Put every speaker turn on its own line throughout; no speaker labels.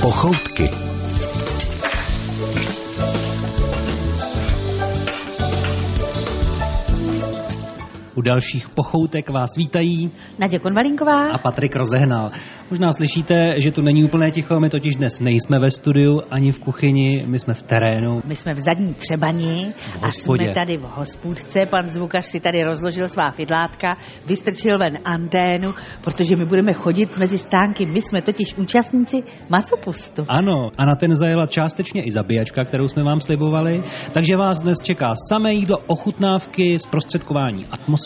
Pochoutky.
U dalších pochoutek vás vítají
Nadě Konvalinková.
a Patrik rozehnal. Možná slyšíte, že tu není úplné ticho, my totiž dnes nejsme ve studiu ani v kuchyni, my jsme v terénu.
My jsme v zadní Třebani a
hospodě.
jsme tady v hospůdce. Pan zvukař si tady rozložil svá fidlátka, vystrčil ven anténu, protože my budeme chodit mezi stánky. My jsme totiž účastníci masopustu.
Ano, a na ten zajela částečně i zabíjačka, kterou jsme vám slibovali, takže vás dnes čeká samé jídlo, ochutnávky, zprostředkování atmosféry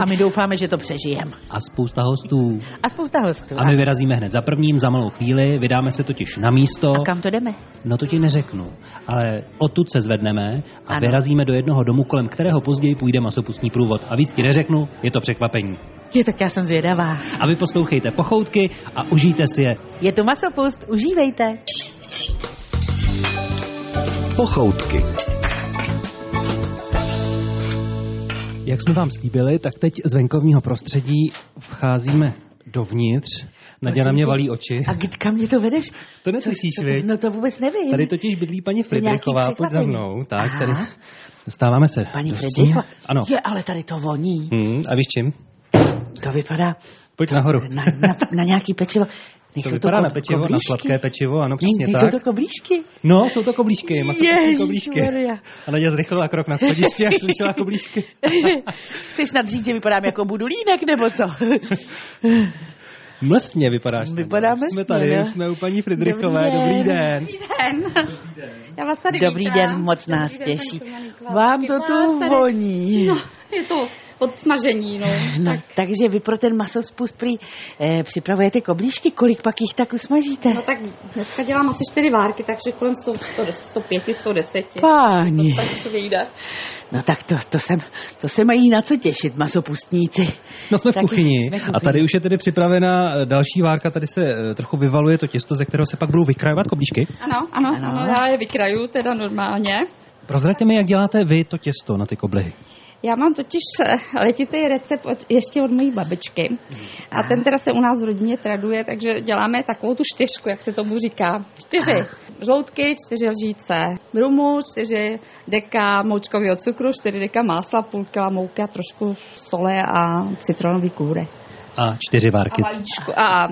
A my doufáme, že to přežijeme.
a spousta hostů.
A spousta hostů.
A my vyrazíme hned za prvním, za malou chvíli, vydáme se totiž na místo.
a kam to jdeme?
No to ti neřeknu, ale odtud se zvedneme a
Ano.
vyrazíme do jednoho domu, kolem kterého později půjde masopustní průvod. A víc ti neřeknu, je to překvapení.
Je, tak já jsem zvědavá.
A vy poslouchejte pochoutky a užijte si je.
Je to masopust, užívejte.
Pochoutky.
Jak jsme vám slíbili, tak teď z venkovního prostředí vcházíme dovnitř. Naděja na
Prosím
mě
tě.
valí oči.
A kdy- kam mě to vedeš?
To neslyšíš,
To-
viď?
No to vůbec nevím.
Tady totiž bydlí paní
To je nějaký
Fridrichová, pojď za
překvapení.
mnou. Tak,
Aha.
tady dostáváme se.
Paní
do
Fridrichová.
sněhu. Ano. Hm.
Je, ale tady to voní.
Hmm, a víš čím?
To vypadá
Pojď nahoru.
na, na, na nějaký pečivo.
To
Nejsou
vypadá na
kob-
pečivo, na
koblížky?
sladké pečivo, ano,
Ne,
přesně
nejsou
tak.
to koblížky.
No, jsou to koblížky, masopustní
Ježíš
koblížky.
Maria.
A Naděja zrychlila krok na schodiště a slyšela koblížky.
Chceš nadřít, že vypadám jako budulínek, nebo co?
Mlsně vypadáš. Naděja.
Vypadám
Už Jsme
mlsně,
tady,
no.
už jsme u paní Fridrichové.
Dobrý
Dobrý
den.
den.
Dobrý den. Já vás tady
Dobrý
vítám.
den, moc
Dobrý
nás
den,
těší.
paní Tomaníková.
Vám to
Vás
tu
tady-
voní.
No, je to od snažení, no.
No,
Tak,
takže vy pro ten masospust prý eh, připravujete koblížky, kolik pak jich tak usmažíte?
no tak dneska dělám asi čtyři várky, takže kolem 100, 110, 105, 110.
Páni,
To tak vyjde.
no tak to, to, sem, to se mají na co těšit masopustníci.
No jsme v
Tak
kuchyni
jsme v
a tady
kuchyni.
už je tedy připravená eh, další várka, tady se eh, trochu vyvaluje to těsto, ze kterého se pak budou vykrajovat koblížky.
Ano, ano,
Ano.
ano, ano, já je vykraju teda normálně.
Prozraďte mi, jak děláte vy to těsto na ty koblihy.
Já mám totiž eh, letitý recept od, ještě od mojí babičky. A ten teda se u nás v rodině traduje, takže děláme takovou tu čtyřku, jak se tomu říká. Čtyři žloutky, čtyři lžíce rumu, čtyři deka moučkového cukru, čtyři deka másla, půlka mouka, trošku sole a citronový kůry.
A čtyři várky.
A vajíčku a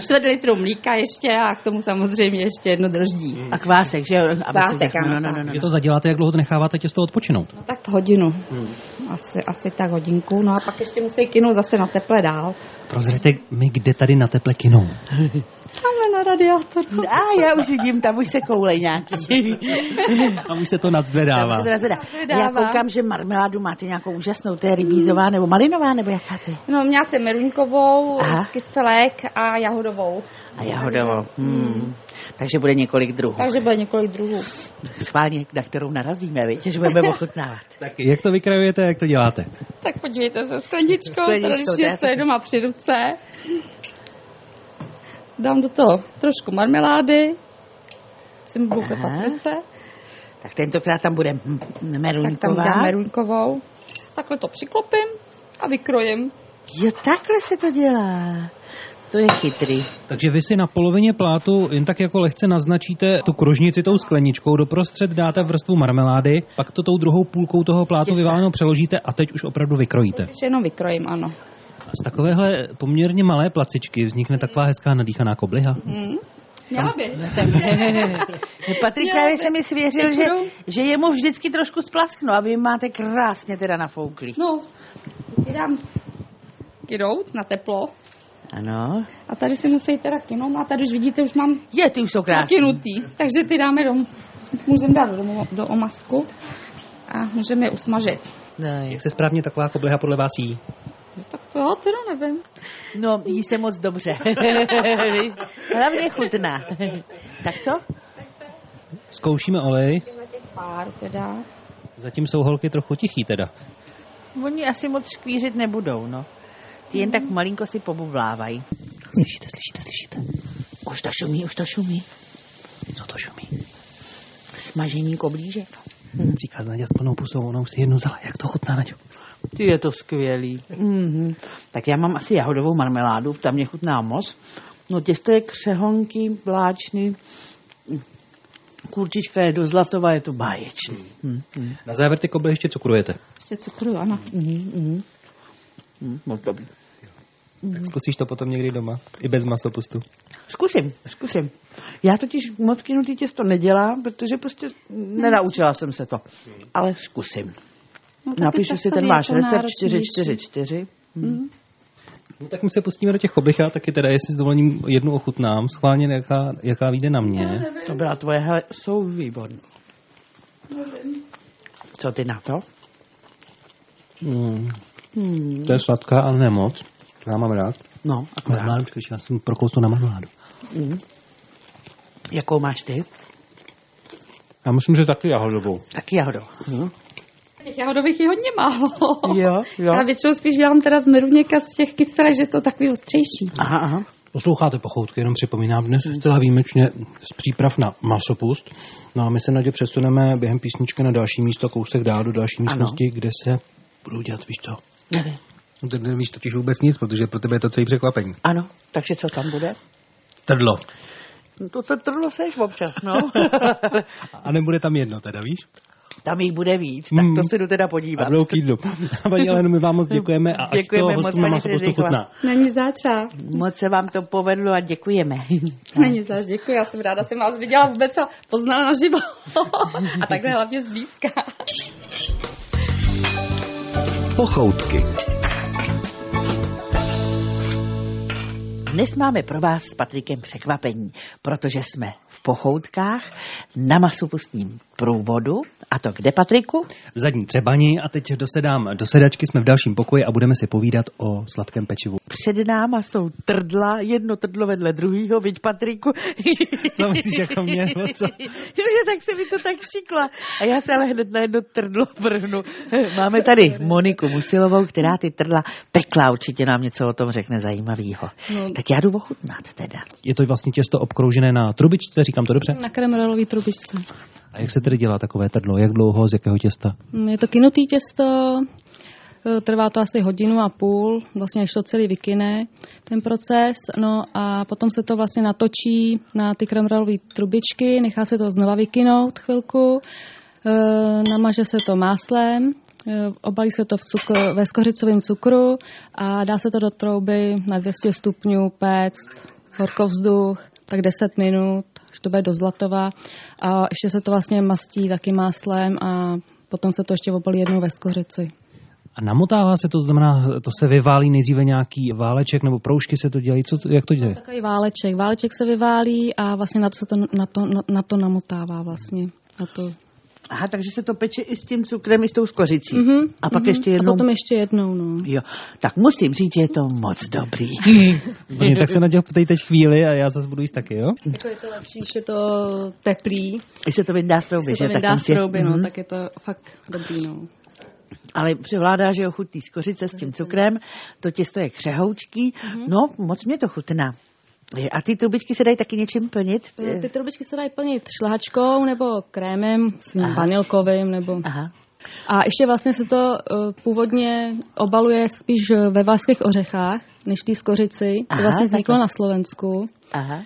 čtvrt litru mlíka ještě a k tomu samozřejmě ještě jedno droždí.
A kvásek, že jo? Aby se-
Kvásek, ano,
no, no, no, no,
Že
no.
to zaděláte, jak dlouho to necháváte těsto odpočinout?
No tak hodinu. Asi, asi tak hodinku. No a pak ještě musí kynout zase na teple dál.
Prozraďte mi, kde tady na teple kinou.
Tamhle na radiátoru.
no. A já už vidím, tam už se koulej nějaký.
A už se to
Tam
nadzvedává.
se teda zvedá. Já
Dávám.
koukám, že marmeládu máte nějakou úžasnou, to je rybízová nebo malinová, nebo jaká to je?
No, měla jsem meruňkovou,
Aha.
z kyselek a jahodovou.
A jahodovou. Hmm. Takže bude několik druhů.
Takže bylo několik druhů.
Schválně, na kterou narazíme, víte, že budeme ochutnávat.
Tak jak to vykrajujete, jak to děláte?
Tak podívejte se, skleničkou,
Skleničkou,
tady
to
když
je
něco
super.
je doma při ruce. Dám do toho trošku marmelády, cimbuka
Aha.
patrice,
Tak tentokrát tam bude mm,
tak tam
meruňková.
dám meruňkovou. Takhle to přiklopím a vykrojím.
Jo, takhle se to dělá. To je chytrý.
Takže vy si na polovině plátu jen tak jako lehce naznačíte tu kružnici tou skleničkou, doprostřed dáte vrstvu marmelády, pak to tou druhou půlkou toho plátu
Těsta.
vyválenou přeložíte a teď už opravdu vykrojíte.
Už jenom vykrojím, ano.
A Z takovéhle poměrně malé placičky vznikne taková hezká nadýchaná kobliha.
Hm. Měla by.
Patrik
Jo,
právě
to-
se mi svěřil, že,
dobrou.
že jemu vždycky trošku splasknu a vy máte krásně teda nafouklý.
No, ty dám kydout na teplo.
Ano.
A tady si musí teda kynout. A tady už vidíte, už mám
Je, ty už jsou krásný.
natynutý. Takže ty dáme do, můžeme dát do, do omasku a můžeme je usmažit.
No, je.
Jak se správně taková kobliha podle vás jí?
No, tak to já teda nevím.
No, jí se moc dobře. Víš, Hlavně chutná. tak co?
Zkoušíme olej,
Těhle těch pár teda.
zatím jsou holky trochu tichý teda.
Oni asi moc škvířit nebudou, no. Ty jen tak malinko si pobublávají.
Slyšíte, slyšíte, slyšíte.
Už to šumí, už to šumí.
Co to šumí?
Smažení koblížek.
Hmm. Říká Naděja s plnou pusou, ona už si jednu vzala. Jak to chutná, Nadějo?
Ty Mhm. je to skvělý. Mm-hmm. Tak já mám asi jahodovou marmeládu, tam mě chutná moc. No těsto je křehonky, bláčný, kurčička je do zlatova, je to báječný. Hmm. Hmm.
Na závěr ty koble ještě cukrujete.
Ještě cukru, ano.
Mhm,
Hmm. Hmm. Hmm. Moc dobrý.
Tak zkusíš to potom někdy doma, i bez masopustu.
Zkusím, zkusím. Já totiž moc kynutý těsto nedělám, protože prostě nenaučila jsem se to. Ale zkusím.
No, taky
Napíšu si
časově
ten
je
váš
jako
to
recept
náročnější.
444.
Mhm.
No tak my se pustíme do těch obych, já taky teda, jestli s dovolením jednu ochutnám, schválně jaká, jaká vyjde na mě.
To byla tvoje, hele, jsou výborné. Co ty na to?
Mm,
Hmm.
to je sladká, ale nemoc. Já mám rád.
No,
Ale
akorát.
maličko, já jsem prokousl na marmeládu.
Hmm. Jakou máš ty?
Já myslím, že taky jahodovou.
Taky jahodou. Hmm.
Těch jahodových je hodně málo.
Jo, jo.
Já většinou spíš dělám teda z meruněka z těch kyselek, že je to takový ostřejší.
Aha, aha.
Posloucháte pochoutky, jenom připomínám, dnes zcela výjimečně z příprav na masopust. No a my se na ně přesuneme během písničky na další místo, kousek dál do další místnosti, ano. kde se budou dělat, víš co?
Nevím.
Ty No, nevíš totiž vůbec nic, protože pro tebe je to celý překvapení.
Ano, takže co tam bude?
Trdlo.
No to se trvalo seš občas, no.
A nebude tam jedno teda, víš?
tam jich bude víc, tak
Mm.
to se jdu teda
A
podívat.
budou k jídlu. Paní Alenu, my vám moc děkujeme a ať to
Děkujeme moc,
hostům na
paní
masopustu
Fridrichová.
chutná.
Není záčá.
Moc se vám to povedlo a děkujeme.
No.
Není záč, děkuji, já jsem ráda, jsem vás viděla vůbec a poznala naživo. a takhle hlavně zblízka.
Pochoutky.
Dnes máme pro vás s Patrikem překvapení, protože jsme v Pochoutkách na masopustním průvodu. A to kde, Patriku?
Zadní třebani a teď dosedám do sedačky, jsme v dalším pokoji a budeme si povídat o sladkém pečivu.
Před náma jsou trdla, jedno trdlo vedle druhého, viď Patriku?
Co myslíš, jako mě,
No
nebo co?
Jo, tak se mi to tak šikla. A já se ale hned na jedno trdlo vrhnu. Máme tady Moniku Musilovou, která ty trdla pekla, určitě nám něco o tom řekne zajímavého.
No.
Tak já jdu ochutnat teda.
Je to vlastně těsto obkroužené na trubičce, říkám to dobře?
Na kremerolový trubičce.
A jak se tedy dělá takové trdlo? Jak dlouho, z jakého těsta?
Mm, Je to kynutý těsto, eh, trvá to asi hodinu a půl, vlastně než to celý vykyne, ten proces, no a potom se to vlastně natočí na ty kremerolové trubičky, nechá se to znova vykynout chvilku, eh, namaže se to máslem, eh, obalí se to v cukr, ve skořicovém cukru a dá se to do trouby na 200 stupňů péct, horkovzduch, tak 10 minut, až to bude do zlatova a ještě se to vlastně mastí taky máslem a potom se to ještě obalí jednou ve skořici.
A namotává se to, znamená, to se vyválí nejdříve nějaký váleček nebo proužky se to dělají, co, to- jak to děje?
Takový váleček. Váleček se vyválí a vlastně na to se to, na to, na, na to namotává vlastně. Na to.
Aha, takže se to peče i s tím cukrem, i s tou skořicí.
Mhm,
a pak
mhm.
ještě jednou...
A potom ještě jednou, no.
Jo, tak musím říct, že je to moc dobrý.
Paní, tak se na děl ptejte chvíli a já zase budu jíst taky, jo?
Jako je to lepší, že je to teplý,
Když se to vyndá z trouby,
když se
že?
to vyndá
tam
z
si-
trouby, no,
Mhm.
tak je to fakt dobrý, no.
Ale převládá, že ochutí skořice s tím cukrem, to těsto je křehoučký,
Mhm.
no moc mě to chutná. Je, A ty trubičky se dají taky něčím plnit?
No, Ty
Eh,
trubičky se dají plnit šlehačkou nebo krémem, s ním
Aha.
vanilkovým nebo...
Aha.
A ještě vlastně se to eh, původně obaluje spíš eh, ve váských ořechách, než v té skořici. To
Aha,
vlastně
takhle.
vzniklo na Slovensku.
Aha.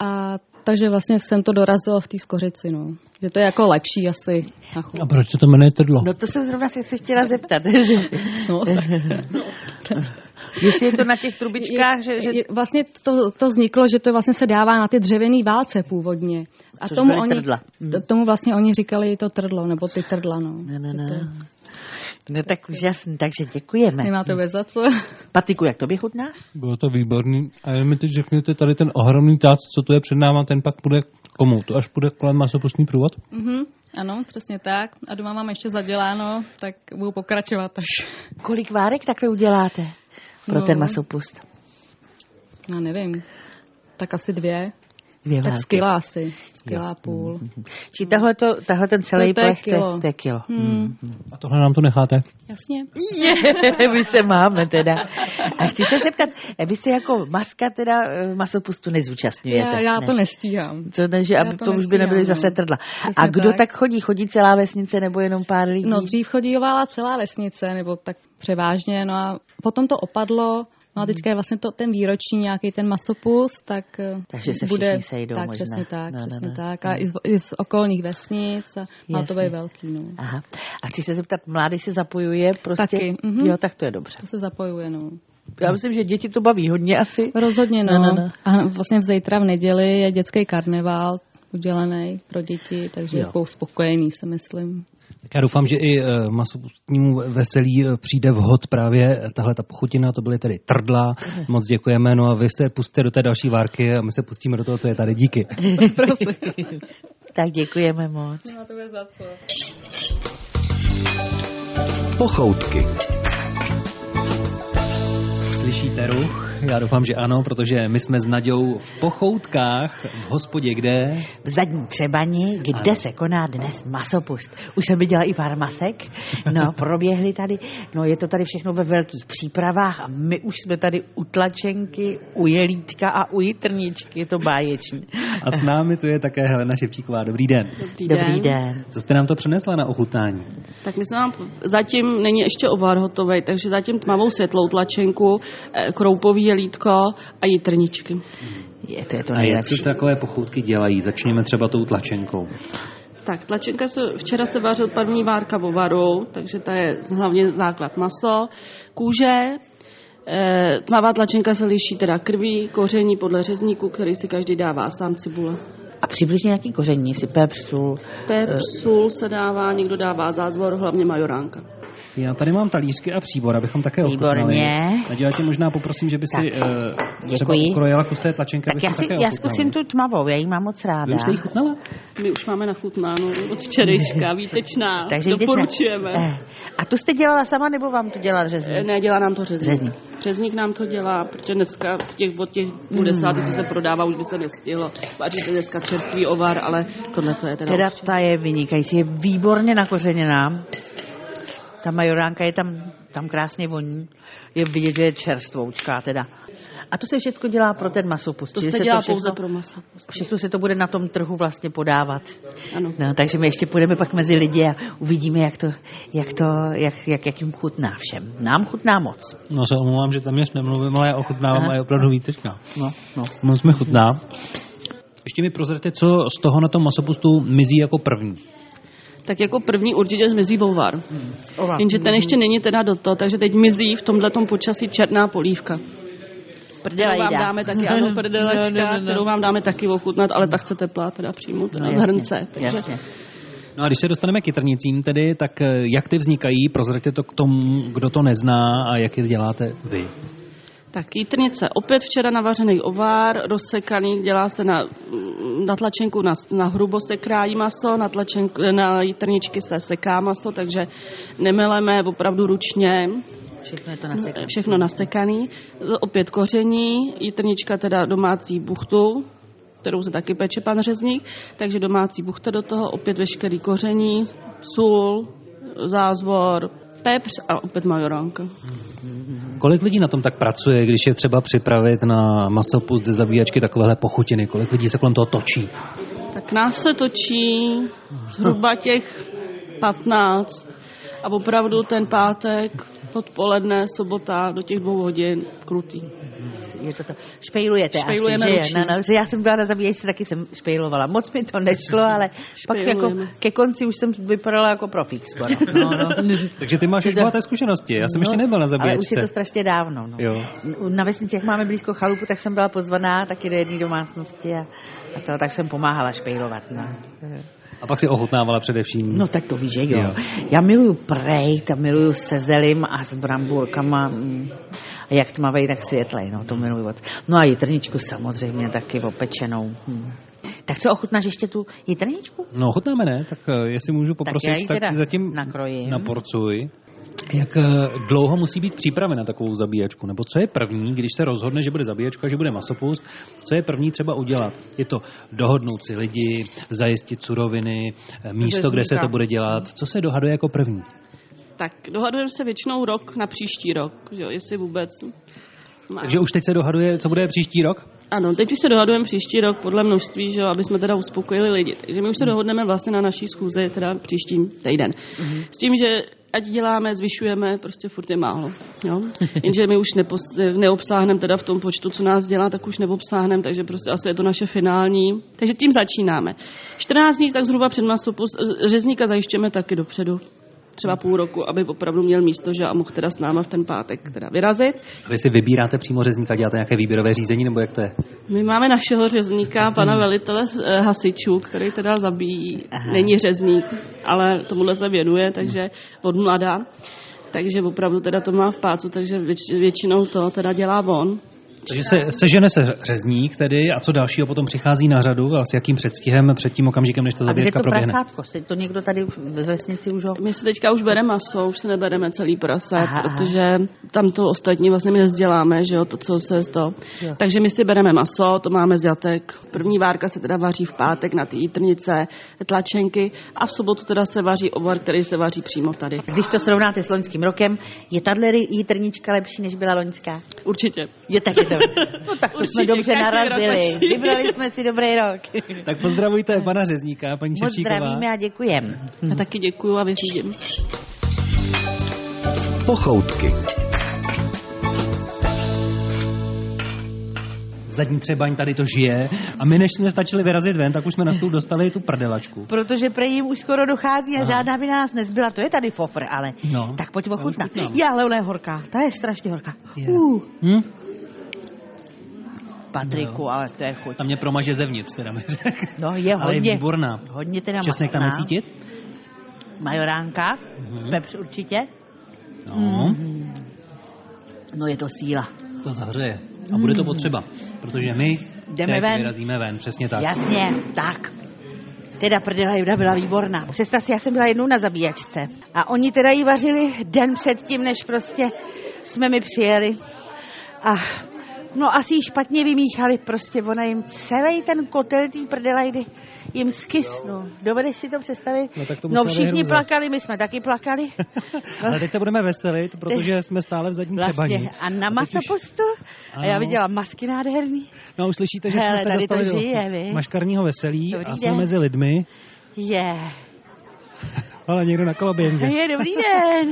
A takže vlastně jsem to dorazila v té skořici, no. Že to je jako lepší asi na chuť.
A proč se to jmenuje trdlo?
No to jsem zrovna si se chtěla zeptat, že,
No,
jestli je to na těch trubičkách, že,
je,
že
je, vlastně to, to vzniklo, že to vlastně se dává na ty dřevěné válce původně. A
Což
tomu
byly
oni,
trdla. Hmm.
t- tomu vlastně oni říkali to trdlo, nebo ty trdla, no.
Ne, ne,
Je
ne.
to-
No tak úžasný, takže děkujeme.
Nemáte vůbec za co.
Patiku, jak tobě chutná?
Bylo to výborný. A jen mi teď řekněte tady ten ohromný tác, co tu je před náma, ten pak půjde komu? To až půjde kolem masopustní průvod?
Mhm, ano, přesně tak. A doma mám ještě zaděláno, tak budu pokračovat až.
Kolik várek takhle uděláte pro
No.
ten masopust?
Já No, nevím. Tak asi dvě.
Dvě
Tak
várky.
skvělá asi. Skvělá půl.
Mhm. Či tahle, to, tahle ten celý
To je
plech, to, je-
kilo.
to je kilo.
Hmm,
A tohle nám to necháte?
jasně.
Je, my se máme teda. A chci se zeptat, vy se jako maska teda eh, masopustu nezúčastňujete?
Já, já
ne?
to nestíhám.
To ne, že
já
aby
to
to, už by nebyly
nestíhám,
zase
no.
trdla.
Přesně
a kdo tak.
tak.
chodí? Chodí celá vesnice nebo jenom pár lidí?
No dřív chodívala celá vesnice, nebo tak převážně, no a potom No to opadlo, No a teďka je vlastně to, ten výroční nějaký ten masopus, tak eh,
Takže se
bude,
všichni sejdou
Tak,
možná.
přesně tak,
No, no,
přesně
no.
tak. A i z, i z okolních vesnic a má to
Jasně.
být velký, no.
Aha. A chci se zeptat, mládež se zapojuje prostě?
Taky, mhm.
Jo, tak to je dobře.
To se zapojuje, no.
Já myslím, že děti to baví hodně asi.
Rozhodně, no.
No, no, no.
A vlastně v zítra v neděli je dětský karneval udělaný pro děti, takže
Jo.
budou spokojený, si myslím.
Tak já doufám, že i eh, masopustnímu veselí eh, přijde vhod právě eh, tahle ta pochutina, to byly tedy trdla, moc děkujeme, no a vy se pustíte do té další várky a my se pustíme do toho, co je tady, díky.
Prosím. tak děkujeme moc.
No to je za co.
Pochoutky.
Slyšíte ruch? Já doufám, že ano, protože my jsme s Naďou v pochoutkách v hospodě, kde
v zadní Třebani, kde se koná dnes masopust. Už jsem viděla i pár masek, no, proběhly tady, no, je to tady všechno ve velkých přípravách a my už jsme tady u tlačenky, u jelítka a u jitrničky, je to báječný.
a s námi tu je také Helena Ševčíková. Dobrý den.
Dobrý,
Dobrý den.
Co jste nám to přinesla na ochutání?
Tak my jsme vám, zatím není ještě obvar hotový, takže zatím tmavou světlou tlačenku, eh, kroupový jelítko a jitrničky.
Je to, je to
A jak
nejlepší.
se takové pochoutky dělají? Začněme třeba tou tlačenkou.
Tak, tlačenka se, včera se vařil první várka vo varu, takže to je hlavně základ maso, kůže, eh, Tmavá tlačenka se liší teda krví, koření podle řezníku, který si každý dává sám cibule.
A přibližně jaký koření, si pepř, sůl.
Pep,
Eh.
sůl se dává, někdo dává zázvor, hlavně majoránka.
Já tady mám talířky a příbor, abychom také
Výborně.
ochutnali. Tak já tě možná poprosím, že by si
Tak,
eh, třeba
děkuji.
ukrojila kus té tlačenky,
Tak já,
abychom
si,
také
já
ochutnali.
zkusím tu tmavou, já ji mám moc
Vy
ráda.
už jste ji chutnala?
My už máme nachutnáno od včerejška, výtečná,
Takže jdete-
doporučujeme.
Eh, A tu jste dělala sama, nebo vám to dělal řezník?
Ne, dělá nám to řezník.
Řezník.
Řezník nám to dělá, protože dneska v těch, od těch půl
Hmm.
desátých, co se prodává, už by se nestihlo. Vaříte dneska čerstvý ovar, ale tohle to je teda...
Teda ta je vynikající, je výborně nakořeněná. Ta majoránka je tam, tam krásně voní. Je vidět, že je čerstvoučká teda. A to se všechno dělá pro ten masopust.
to
čili
se dělá
všechno,
pouze pro maso.
Všechno se to bude na tom trhu vlastně podávat.
Ano.
No, takže my ještě půjdeme pak mezi lidi a uvidíme, jak, to, jak, to, jak, jak, jak jim chutná všem. Nám chutná moc.
No se omlouvám, že téměř nemluvím, ale já ochutnávám
Aha.
a je opravdu výtečná.
No, no.
Moc mi chutná. Ještě mi prozrete, co z toho na tom masopustu mizí jako první.
Tak jako první určitě zmizí bulvar.
Ovar.
Jenže ten ještě není teda do toho, takže teď mizí v tomhletom počasí černá polívka.
Prdele
Kterou
jí
vám
dá.
dáme taky,
No,
ano, prdelačka, kterou vám dáme taky ochutnat, ale ta chce teplá teda přímo teda z hrnce. Takže
No, jasně.
No a když se dostaneme k jitrnicím tedy, tak eh, jak ty vznikají, prozraďte to k tomu, kdo to nezná a jak je děláte vy.
Tak jítrnice, opět včera navařený ovár, rozsekaný, dělá se na, mm, na tlačenku, na, na hrubo se krájí maso, na, tlačenku, na jítrničky se seká maso, takže nemeleme opravdu ručně,
Všechno je to
No,
nasekané.
všechno nasekaný. Opět koření, jítrnička teda domácí buchtu, kterou se taky peče pan řezník, takže domácí buchta do toho, opět veškerý koření, sůl, zázvor, pepř a opět majoránka.
Kolik lidí na tom tak pracuje, když je třeba připravit na masopust ze zabíjačky takovéhle pochutiny? Kolik lidí se kolem toho točí?
Tak nás se točí zhruba těch 15 a opravdu ten pátek, odpoledne, sobota do těch dvou hodin, krutý.
Je to to. Špejlujete
Špejlujeme
asi, že,
ručně.
jo? no, no, že já jsem byla na zabíječce, taky jsem špejlovala. Moc mi to nešlo, ale pak jako
Špejlujeme.
ke konci už jsem vypadala jako profík skoro. No, no.
Takže ty máš už
Teda-
bohaté zkušenosti, já jsem
No,
ještě nebyl na
Ale už je
zabíjačce.
to strašně dávno. No.
Jo.
Na vesnici, jak máme blízko chalupu, tak jsem byla pozvaná taky do jedné domácnosti a, a to, tak jsem pomáhala špejlovat. No.
A pak si ochutnávala především.
no tak to víš, že jo.
Jo.
Já miluju prejt a miluju se zelím a s bramburkama. mm. A jak tmavej, tak světlej, no to miluju moc. No a jitrničku samozřejmě taky opečenou. Hm. Tak co, ochutnáš ještě tu jitrničku?
No, ochutnáme ne, tak eh, jestli můžu poprosit,
já ji
tak,
teda
zatím
nakrojím.
naporcuj. Jak eh, dlouho musí být přípravy na takovou zabíjačku? Nebo co je první, když se rozhodne, že bude zabíjačka, že bude masopust, co je první třeba udělat? Je to dohodnout si lidi, zajistit suroviny, eh, místo, kde se
vzniká.
to bude dělat. Co se dohaduje jako první?
Tak dohadujeme se většinou rok na příští rok, že jo, jestli vůbec. Má.
Takže už teď se dohaduje, co bude příští rok?
Ano, teď už se dohadujeme příští rok podle množství, že jo, aby jsme teda uspokojili lidi. Takže my už se dohodneme vlastně na naší schůzi, teda příštím týden. S tím, že ať děláme, zvyšujeme, prostě furt je málo. Jo? Jenže my už nepos- neobsáhneme teda v tom počtu, co nás dělá, tak už neobsáhneme, takže prostě asi je to naše finální. Takže tím začínáme. 14 dní tak zhruba před masopus, řezníka zajišťujeme taky dopředu třeba půl roku, aby opravdu měl místo, že a mohl teda s náma v ten pátek teda vyrazit.
A Vy si vybíráte přímo řezníka, děláte nějaké výběrové řízení, nebo jak to je?
My máme našeho řezníka, pana velitele z, eh, hasičů, který teda zabíjí.
Aha.
Není řezník, ale tomuhle se věnuje, takže od mladá. Takže opravdu teda to má v pácu, takže věč, většinou to teda dělá on.
Takže se, sežene se řezník tedy a co dalšího potom přichází na řadu a s jakým předstihem před tím okamžikem, než ta
A kde
zabíječka
to
proběhne?
prasátko? Se to někdo tady ve vesnici už ho...
My si teďka už bereme maso, už si nebereme celý prase,
Aha, aha.
aha, protože tam to ostatní vlastně my nezděláme, že jo, to, co se z toho.
Jo.
Takže my si bereme maso, to máme z jatek. První várka se teda vaří v pátek na ty jítrnice, tlačenky a v sobotu teda se vaří obor, který se vaří přímo tady.
Když to srovnáte s loňským rokem, je tahle jítrnička lepší, než byla loňská?
Určitě.
Je taky to. No tak to
Určitě,
jsme dobře
každý rok
narazili.
lepší.
Vybrali jsme si dobrý rok.
Tak pozdravujte pana řezníka, paní
Moc
Ševčíková.
zdravíme a děkujeme.
Já taky děkuju a vyřídím.
pochoutky,
Zadní třebaň tady to žije a my než jsme stačili vyrazit ven, tak už jsme na stůl dostali tu prdelačku.
Protože prej jim už skoro dochází a žádná by na nás nezbyla. To je tady fofr, ale
No.
tak pojď
Já už
ochutnat.
chutnám.
Já, ale ona je horká. Ta je strašně horká.
Je.
Uh,
Hm?
Patriku,
No.
ale to je chuť.
Tam mě promaže zevnitř, teda mi řekl.
No je hodně.
Ale je výborná.
Hodně teda
Česnek tam
masná.
necítit?
Majoránka,
Mhm.
pepř určitě.
No,
Mhm. No je to síla.
to zahřeje. A bude to potřeba, protože my
Mhm. Jdeme
teď
ven.
vyrazíme ven, přesně tak.
Jasně, tak. Teda prdela Juda byla výborná. Představ si, já jsem byla jednou na zabíjačce a oni teda ji vařili den předtím, než prostě jsme mi přijeli. A no asi ji špatně vymíchali, prostě ona jim celý ten kotel tý prdelajdy jim skysnul. Dovedeš si to představit?
No tak to
no
musela být
všichni
hrůza.
plakali, my jsme taky plakali.
Ale teď se budeme veselit, protože jsme stále v zadní
Vlastně.
třebaní.
A na
teď už-
masopustu? A já
Ano.
viděla masky nádherný.
No už slyšíte, že
Hele,
jsme se
tady to
dostali
žije,
do
vy.
maškarního veselí
Dobrý
a jsme
den.
mezi lidmi,
Je.
ale někdo na kolaběndě.
Je, dobrý den.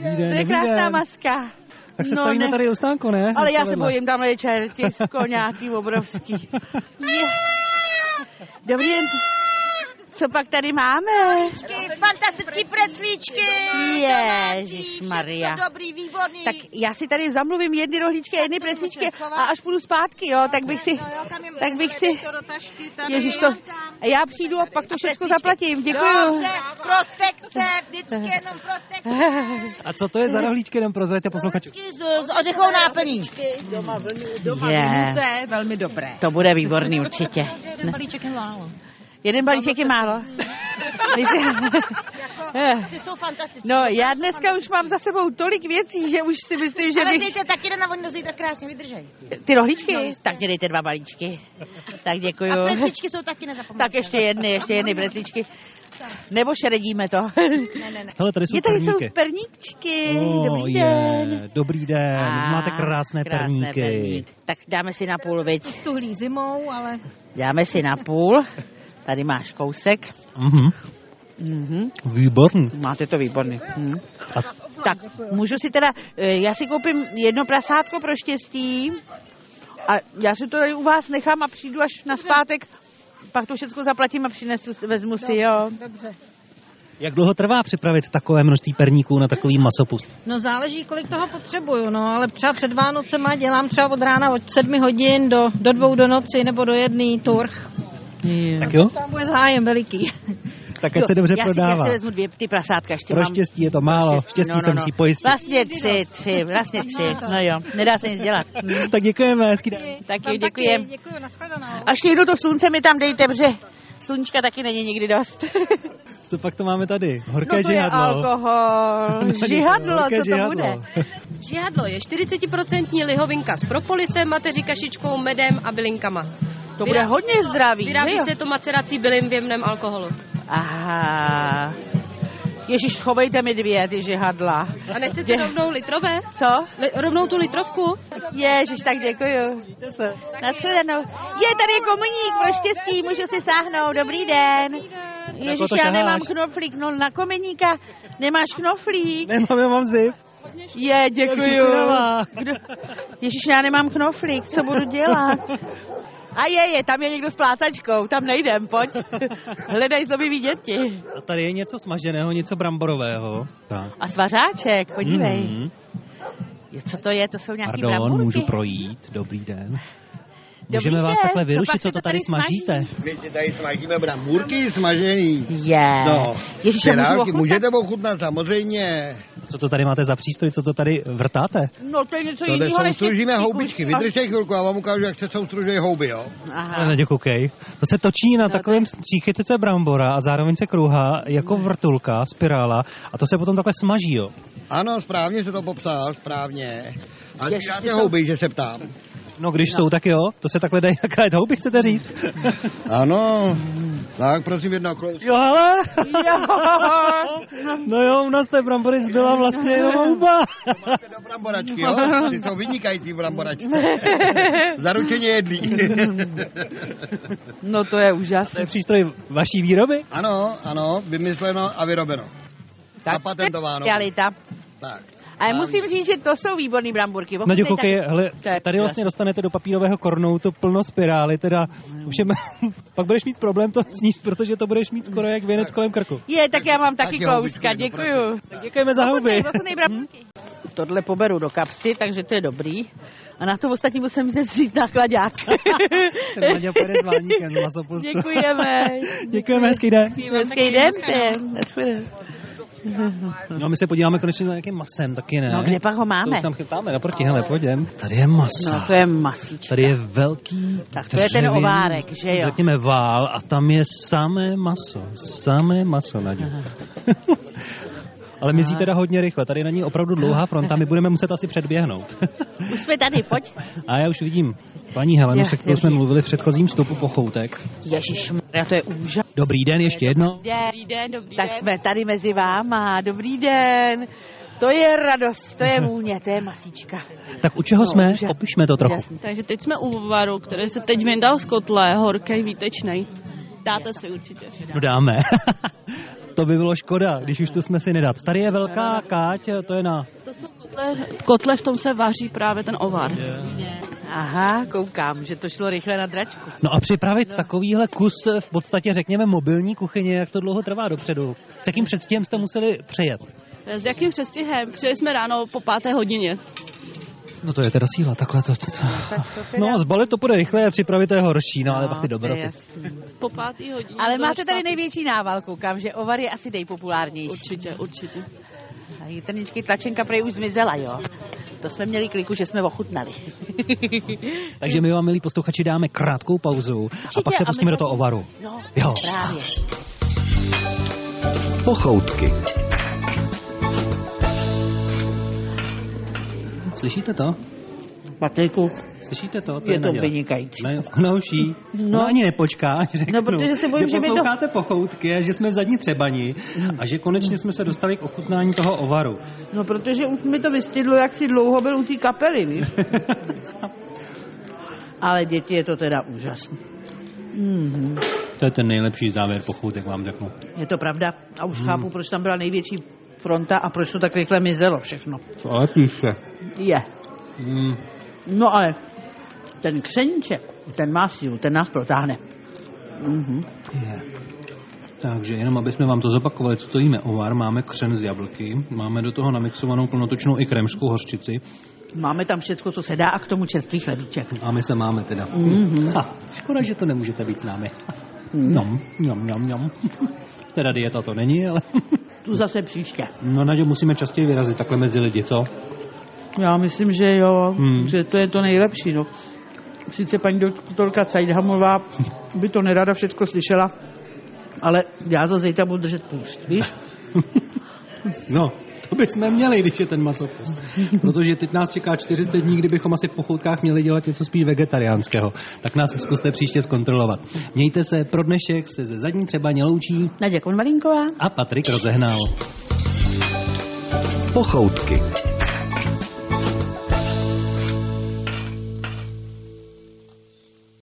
den,
to je
dobrý
krásná
den.
maska. No,
Tak se stavíme
ne-
tady u stánku, ne?
Ale já
Něco
se
vedle.
bojím, tam je čertisko nějaký obrovský. Je. Dobrý den. Co pak tady máme?
fantastický preclíčky.
Ježíš Maria.
dobrý, výborný.
Tak já si tady zamluvím jedny rohlíčky a jedny presličky a až půjdu zpátky, No jo, tak bych si, tak bych si, ježíš to, já přijdu a pak to všechno zaplatím, děkuju.
Dobře, protekce, vždycky jenom protekce.
A co to je za rohlíčky, jenom prozraďte posluchačům.
Prostě
S, s ořechou náplní.
Je,
je velmi dobré.
to bude výborný určitě. Jeden balíček je málo. Jeden balíček je málo. Jako-
Ty jsou fantastické.
No, já dneska už mám za sebou tolik věcí, že už si myslím, že
Ale
bych...
dejte tak jeden a oni do zítra krásně vydržej.
Ty rohlíčky? tak mě dejte dva balíčky. Tak děkuju.
A preclíčky jsou taky nezapomeňte.
Tak ještě jedny, ještě jedny bretličky. Nebo šeredíme to.
Ne, ne, ne.
Hele, tady jsou
Je tady jsou
perníky.
perníčky.
O,
Dobrý
je,
den.
Dobrý den,
A,
máte krásné, perníky.
perníky. Tak dáme si na půl, viď?
Stuhlí zimou, ale...
Dáme si na půl. Tady máš kousek.
Mhm,
Mhm.
výborný.
Máte to výborný. Mhm.
A
Tak, můžu si teda, eh, já si koupím jedno prasátko pro štěstí a já si to tady u vás nechám a přijdu až na zpátek, pak to všechno zaplatím a přinesu, vezmu si, jo.
jak dlouho trvá připravit takové množství perníků na takový masopust?
No záleží, kolik toho potřebuju, no, ale třeba před Vánocema dělám třeba od rána od sedmi hodin do, do dvou do noci nebo do jedný turh.
Tak jo?
Tam bude zájem veliký.
Tak ať se dobře
já Si, já
prodává.
si vezmu dvě ty prasátka, ještě
Pro
mám. Prostě- No,
štěstí je to málo, štěstí se musí pojistit.
Vlastně tři, tři, vlastně tři, no jo, nedá se nic dělat.
Tak děkujeme, hezký den.
Taky
Vám
děkujem.
Taky, děkuju, nashledanou.
Až někdo to slunce mi tam dejte, protože sluníčka taky není nikdy dost.
Co pak to máme tady? Horké
No to je
žihadlo.
alkohol. Žihadlo,
Horké
co to
žihadlo.
bude?
Žihadlo je 40% lihovinka s propolisem, mateří kašičkou, medem a bylinkama.
To bude
Vyrábí
hodně
se to-
zdravý,
Vyrábí
že jo?
se to macerací bylin v jemném alkoholu.
Aha. Ježíš, schovejte mi dvě, ty žihadla.
A nechcete rovnou litrové?
Co?
Li- rovnou tu litrovku?
Ježíš, tak děkuju. Naschledanou. Je, tady je komuník, pro štěstí, můžu si sáhnout. Dobrý den. Ježíš,
Jako to
já
šaháš.
nemám knoflík. No na komeníka nemáš knoflík.
Nemám, já mám zip.
Je,
Jak jsi
děkuju.
zdravá.
Ježíš, já nemám knoflík, co budu dělat? A je, je, tam je někdo s plácačkou, tam nejdem, pojď. Hledaj zlobivý děti.
A tady je něco smaženého, něco bramborového. Tak.
A svařáček, podívej.
Hmm.
Mhm.
Je, co to je? To jsou nějaký
Pardon,
bramburky?
můžu projít. Dobrý den.
Dobrý
Můžeme vás
den,
takhle
co
vyrušit,
pak
co
se
to
to
tady
tady
smažíte?
My ti tady smažíme bramburky smažený.
Je.
No,
Ježiš, já můžu
Pirátky,
ochutnat?
můžete ochutnat samozřejmě.
Co to tady máte za přístroj, co to tady vrtáte?
No to je něco
Tohle
jiného než no.
soustružíme
ty- ty
houbičky.
kus-
Vydržte chvilku, já vám ukážu, jak se soustružují houby, jo?
Aha.
Ale neděkoukej. To se točí
No,
na takovém stříchytce brambora a zároveň se krouhá jako
No.
vrtulka, spirála a to se potom takhle smaží, jo.
Ano, správně se to popsal, správně. A
Ježiš, ty
říkáte
jsou-
houby, že se ptám.
No když jsou, tak jo. To se takhle dají nakrájet houby, chcete říct?
Ano, tak prosím jedno kolik.
Jo, ale... No jo, u nás té brambory zbyla vlastně jenom houba.
Do bramboračky, jo? Ty jsou vynikající bramboračky. Zaručeně jedlí.
No to je
To
úžasné.
je přístroj vaší výroby?
ano, ano, vymysleno a vyrobeno.
Tak,
Zapatentováno.
Realita.
Tak.
Ale
Správně.
musím říct, že to jsou výborný bramburky.
No
Ochutnej
děkukej,
taky.
hele,
To je
tady vlastně
krásný.
dostanete do papírového kornoutu plno spirály, teda už je, pak budeš mít problém to sníst, protože to budeš mít skoro jak věnec kolem krku.
Je, tak já mám taky
Taky
kouska,
houbičky, no,
děkuju.
Tak děkujeme za houby. Hm?
Ochutnej bramburky. Tohle poberu do kapsy, takže to je dobrý. A na to ostatní musím vzít nákladák.
Naděl pojede s váníkem no, z masopustu.
Děkujeme.
Děkujeme, hezký den.
Hezký den všem. Naschledanou.
No a my se podíváme konečně za nějakým masem, taky ne?
No kde pak ho
To
máme?
už tam chytáme, naproti, hele, pojď jdem. Tady je masa.
No to je masíčka.
Tady je velký
Tak to je ten
dřevěný,
ovárek, že jo?
Řekněme vál a tam je samé maso. Samé maso, Nadě. Ale mizí teda hodně rychle. Tady na ní opravdu dlouhá fronta, my budeme muset asi předběhnout.
Už jsme tady, pojď.
A já už vidím paní Helenu,
Já,
se kterou
já
jsme
vidím.
mluvili v předchozím vstupu pochoutek.
Ježíš, to je úžasné.
Dobrý den ještě jedno.
Dobrý den, dobrý tak den. Tak jsme tady mezi váma. Dobrý den. To je radost, to je vůně, to je masíčka.
Tak u
No,
čeho jsme?
už je-
Opišme to trochu.
Jasný.
Takže teď jsme u varu, který se teď vyndal z kotle, horký, výtečný. Dáte si určitě.
No dáme. to by bylo škoda, když už tu jsme si nedat. Tady je
No,
velká káť, to je na...
To jsou kotle, kotle, v tom se vaří právě ten ovar.
Aha, koukám, že to šlo rychle na dračku.
No a připravit takovýhle kus eh, v podstatě, řekněme, mobilní kuchyně, jak to dlouho trvá dopředu. S jakým předstihem jste museli přejet?
S jakým přestihem? Přijeli jsme ráno po páté hodině.
No to je teda síla, takhle to... to, to. No zbalit to půjde rychle a připravit to je horší, no, ale pak ty
to je
dobroty.
jasný.
Po pátý hodině.
Ale
bylo
máte tady
špatný.
největší nával, koukám, že ovar je asi nejpopulárnější.
Určitě, určitě.
A Jitrničky tlačenka prej už zmizela, jo? To jsme měli kliku, že jsme ochutnali.
Takže my vám, milí posluchači, dáme krátkou pauzu a pak se
a my
pustíme do
to-
toho ovaru.
No,
Jo.
právě.
Pochoutky.
Slyšíte to?
Patriku,
Slyšíte to?
je to
Naděja.
vynikající.
Ne, Ona už jí. No.
No.
ani nepočká. ani Řeknu,
No, protože se bojím, že
že
mi to- Hmm.
posloucháte pochoutky a že jsme zadní třebani a že konečně jsme se dostali k ochutnání toho ovaru.
No, protože už mi to vystydlo, jak si dlouho byl u té kapely, víš? Ale děti je to teda úžasné. Mm-hmm.
To je ten nejlepší závěr pochoutek, vám řeknu.
Je to pravda. A už chápu, proč tam byla největší fronta a proč to tak rychle mizelo všechno.
To ale píše.
Je.
Mm.
No ale ten křenček, ten má sílu, ten nás protáhne. Mm-hmm.
Je. Takže jenom, aby jsme vám to zopakovali, co to jíme. Ovar máme křen z jablky, máme do toho namixovanou plnotočnou i kremskou hořčici
Máme tam všecko, co se dá a k tomu čerstvý chlebíček.
a my se máme teda. Mm-hmm. Ha, škoda, že to nemůžete být s námi. Nom, nom, nom, nom. Teda dieta to není, ale...
Tu zase příště.
No Nadě, musíme častěji vyrazit takhle mezi lidi, co?
Já myslím, že jo,
Hmm.
že to je to nejlepší. No. Sice paní doktorka Cajdhamová by to nerada všechno slyšela, ale já za zítra budu držet půst, víš?
No, to bychom měli, když je ten masopust. Protože teď nás čeká 40 dní, kdybychom asi v pochoutkách měli dělat něco spíš vegetariánského. Tak nás zkuste příště zkontrolovat. Mějte se, pro dnešek se ze zadní třeba loučí
Naděja Konvalinková.
a Patrik rozehnal. Pochoutky.